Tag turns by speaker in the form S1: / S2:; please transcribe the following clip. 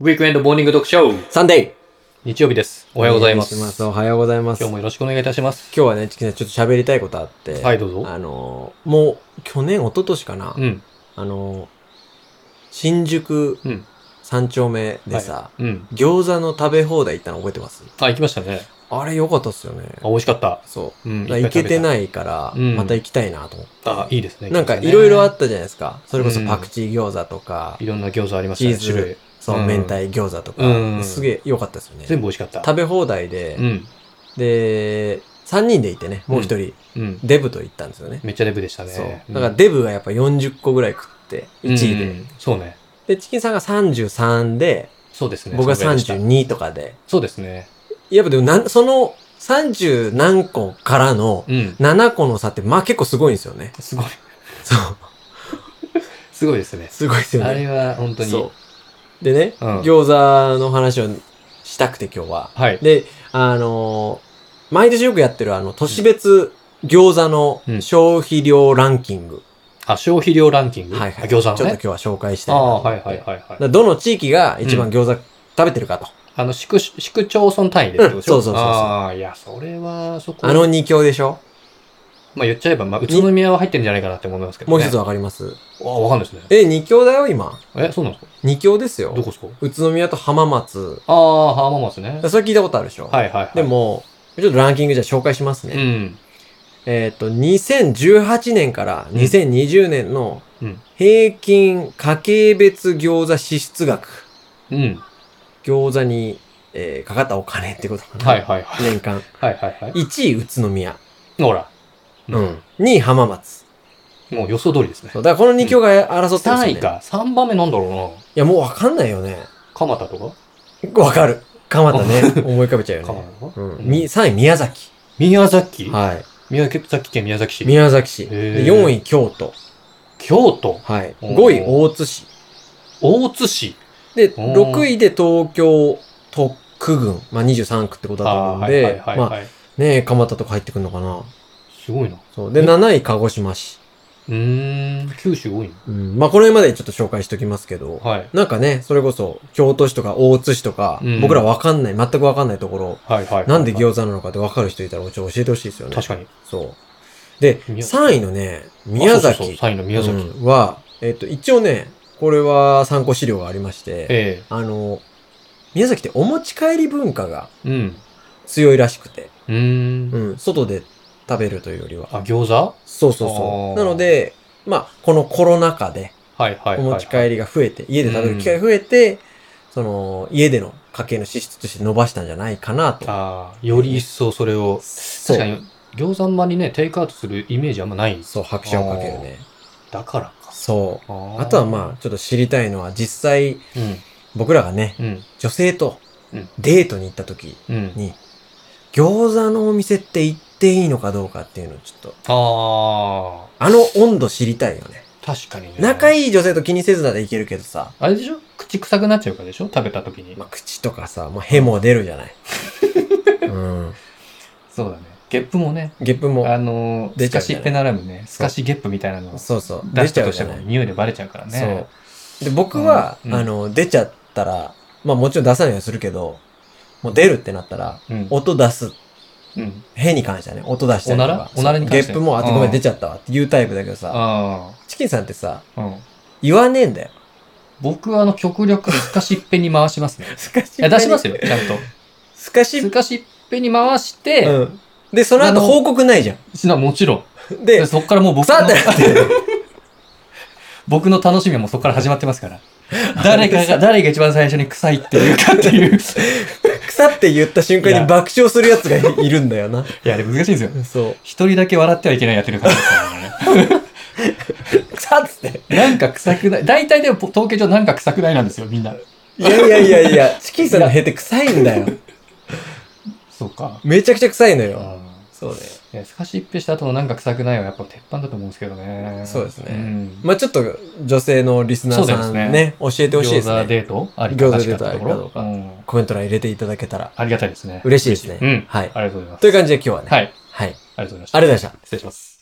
S1: ウィークエンドモーニング読書
S2: サンデー
S1: 日曜日です。おはようございます。
S2: お願しおはようございます。
S1: 今日
S2: 今
S1: もよろしくお願いいたします。
S2: 日はね、チキンさんちょっと喋りたいことあって。
S1: はい、どうぞ。
S2: あのー、もう、去年、一昨年かな。
S1: うん、
S2: あのー、新宿
S1: うん、
S2: 三丁目でさ、
S1: うん。
S2: 餃子の食べ放題行ったの覚えてます
S1: あ、行きましたね。
S2: あれ良かったっすよね。
S1: あ、美味しかった。
S2: そうう。
S1: ん。
S2: だから行けて
S1: いっ
S2: ないから、
S1: うん
S2: また行きたいなと思って。
S1: ぱい食べた。あ、いいですね。
S2: なんか
S1: 餃子ね
S2: いろいろあったじゃないですか。それこそ
S1: うん
S2: パクチー餃子とか、
S1: いろんな餃子ありましたね。
S2: チーズ
S1: 種類。
S2: そうう、
S1: ん
S2: 明太餃子と
S1: う
S2: か、
S1: ん
S2: すげえ良かったですよね。
S1: 全部美味しかった。
S2: 食べ放題で
S1: う、ん、
S2: で、3人でいてね、もう1人、
S1: うん。
S2: デブと行ったんですよね。
S1: めっちゃデブでしたね。
S2: そう。
S1: ん
S2: だから、デブがやっぱ40個ぐらい食って、1位で。
S1: うんそうね。
S2: で、チキンさんが33で、
S1: そうですね。
S2: 僕が
S1: そのぐらいでした。
S2: 32とかで。
S1: そうですね。
S2: やっぱでもなん、その30何個からの
S1: うん。
S2: 7個の差って、まあ結構すごいんですよね。
S1: すごい。
S2: そう。
S1: すごいですね。
S2: すごいですよね。
S1: あれは本当に
S2: そ。う。でね、
S1: うん
S2: 餃子の話をしたくて今日は。
S1: はい。
S2: で、あのー毎年よくやってるあの、都市別餃子の
S1: うん
S2: 消費量ランキング。
S1: あ、消費量ランキング。
S2: はいはい。
S1: あ餃子のね。
S2: ちょっと今日は紹介したい
S1: あ
S2: な
S1: あ、
S2: と思
S1: は
S2: っ
S1: い
S2: て。
S1: はいはいはい
S2: だか。らどの地域が一番餃子食べてるかと。
S1: あの、市区、市区町村単位でってことでしょ、
S2: うんそうそうそうそう
S1: ああ、いや、それは、そこ。
S2: あの二強でしょ
S1: まあ言っちゃえば、まあ、宇都宮は入ってるんじゃないかなって思いますけど、ね。
S2: もう一つ。わかります、
S1: あわかんないですね。
S2: え、二強だよ、今。
S1: え、そうなんですか
S2: 二強です
S1: ど
S2: よ
S1: こ。ですか
S2: 宇都宮と浜松。
S1: ああ、浜松ね。
S2: それ聞いたことあるでしょ
S1: はいはいはい。
S2: で、も、ちょっとランキングじゃ紹介しますね。
S1: うん。
S2: えっ、と、2018年から2020年の
S1: うん
S2: 平均家計別餃子支出額。
S1: うん。
S2: 餃子に、えーかかったお金ってことかな。
S1: はいはいはい。
S2: 年間。
S1: はいはいはい。
S2: 1位宇都宮。
S1: ほら、う
S2: うん。2位浜松。
S1: もう予想通りですね
S2: そ。うだからこの2強が争ってるんですよ、ね。
S1: 3位か。3番目なんだろうない
S2: や、もうわかんないよね。。
S1: 蒲田と
S2: わかる。蒲田ね。思い浮かべちゃう
S1: か蒲
S2: よね。
S1: 田とか、
S2: うん。み、3位宮崎。
S1: 宮崎、
S2: は
S1: 宮崎県宮崎
S2: い。
S1: 市。
S2: 宮崎市。
S1: へー
S2: で4位京都。
S1: 京都
S2: はい。
S1: おー
S2: 5位大津市。
S1: 大津市
S2: で、
S1: おー
S2: 6位で東京特区郡。まあ23区ってことだと思うん
S1: はいはい
S2: で、
S1: はい、
S2: ま
S1: はい
S2: あねえ、蒲田とか入ってくるのかな。
S1: すごいな。
S2: そう。で、
S1: え
S2: 7位鹿児島市。
S1: うーん、九州多いの
S2: うん。まあこの辺までちょっと紹介しておきますけど。
S1: はい。
S2: なんかね、それこそ、京都市とか大津市とか、
S1: うん
S2: 僕らわかんない、全くわかんないところ、
S1: はいはいはい。
S2: なんで餃子なのかってわかる人いたら、ちょっと教えてほしいですよね。
S1: 確かに。
S2: そう。で、
S1: 宮
S2: 3位のね、宮
S1: あそうそう
S2: 崎
S1: そう3位の宮崎。
S2: うんは、えっと、一応ね、これは参考資料がありまして、
S1: え
S2: あの、宮崎ってお持ち帰り文化が
S1: えうん。
S2: 強いらしくて、
S1: うー。
S2: うんん、外で食べるというよりは。
S1: あ、餃子は
S2: そうそう
S1: あ
S2: そ
S1: ー
S2: う。なので、まあ、このコロナ禍で、
S1: いはいはい。
S2: お持ち帰りが増えて、家で食べる機会が増えて、その、家での家計の支出として伸ばしたんじゃないかなと。
S1: ああ、より一層それを。
S2: そ
S1: 確か
S2: う。
S1: に、餃子あんまりね、テイクアウトするイメージあんまない。
S2: そう、拍車をかけるね。
S1: だからか。
S2: そう。
S1: あ
S2: あとはまあ、ちょっと知りたいのは、実際、
S1: あ。うん。
S2: 僕らがね、
S1: うん。
S2: 女性と
S1: うん
S2: デートに行った時
S1: うん。
S2: に、餃子のお店って行っていいのかどうかっていうのをちょっと、
S1: あ
S2: あの温度知りたいよね。
S1: あ。確かにね。
S2: 仲
S1: い
S2: いい女性と気にせずならいけるけどさ、
S1: あれでしょ口臭くなっちゃうからでしょ食べた時に
S2: ま。あ、口とかさ、もうヘも出るじ ゃない。うん。
S1: そうだね。ゲップもね。
S2: ゲップも、
S1: あのー、
S2: 出
S1: ス
S2: ち
S1: カ
S2: ゃうじ
S1: シ
S2: ゃない
S1: ペナラムね。スカシゲップみたいなのを
S2: そうそう、
S1: 出
S2: 出
S1: し
S2: したちゃ
S1: と
S2: う
S1: し
S2: じ
S1: て
S2: ゃな
S1: も
S2: い。
S1: 匂いでバレちゃうからね。
S2: そう。で、僕は、
S1: うん
S2: あの、出ちゃったら、まあもちろん出さないようにするけど、もう出るってなったら、
S1: う。うん。
S2: 音出す。
S1: うん。
S2: へに関してはね、音出したりと
S1: おな。
S2: から
S1: おならに関して
S2: そうゲップも、あ、ご
S1: う
S2: め
S1: ん
S2: ん、出ちゃったわっていうタイプだけどさ、
S1: あ
S2: チキンさんってさ、
S1: あ。うん。
S2: 言わねえんだよ。
S1: 僕はあの極力スカシッペに回し ますね。
S2: すかしっ
S1: いや出しますよ、 ちゃんと。
S2: すかしっ
S1: スカシッペに回して、
S2: うん。で、その
S1: あ
S2: 後
S1: の
S2: 報告ないじゃん。
S1: しなもちろん。
S2: で
S1: で、そっからもう僕
S2: さあって
S1: の、
S2: なって、
S1: 僕の楽しみはもうそっから始まってますから。 誰 かが、誰が一番最初に臭いっていうかって いう。
S2: 腐って言った瞬
S1: い
S2: 間
S1: や
S2: に爆笑するやつがいいるんだよな。
S1: いや、でも難しいですよ。
S2: そう。
S1: 一人だけ笑ってはいけないやってる感じですからね。
S2: さっつって。
S1: なんか臭くない。大体でも統計上なんか臭くないなんですよ、みんな。
S2: いやいやいやいや、チキンさんのへって臭いんだよ。
S1: そうか。
S2: めちゃくちゃ臭いの
S1: うん
S2: よ。そうだよ。
S1: いやスカシッペした後のなんか臭くないはやっぱ鉄板だと思うんですけどね。
S2: そうですね
S1: ん
S2: まあちょっと女性のリスナー
S1: そうで
S2: さ
S1: す
S2: ん
S1: ね
S2: ね、教えてほしいです
S1: 餃子
S2: ね。
S1: デートあり
S2: 餃
S1: か
S2: 子
S1: なし
S2: デ
S1: か
S2: ー
S1: ってと
S2: トあり
S1: こ
S2: かど
S1: ろ
S2: うか
S1: うん
S2: コメント欄入れていただけたら
S1: ありがたいですね。
S2: 嬉しいですね。
S1: うん。
S2: はい。
S1: ありがとうございます。
S2: という感じで今日はね、
S1: はい。あり
S2: はい。
S1: がとうございました。
S2: ありがとうございました。
S1: 失礼します。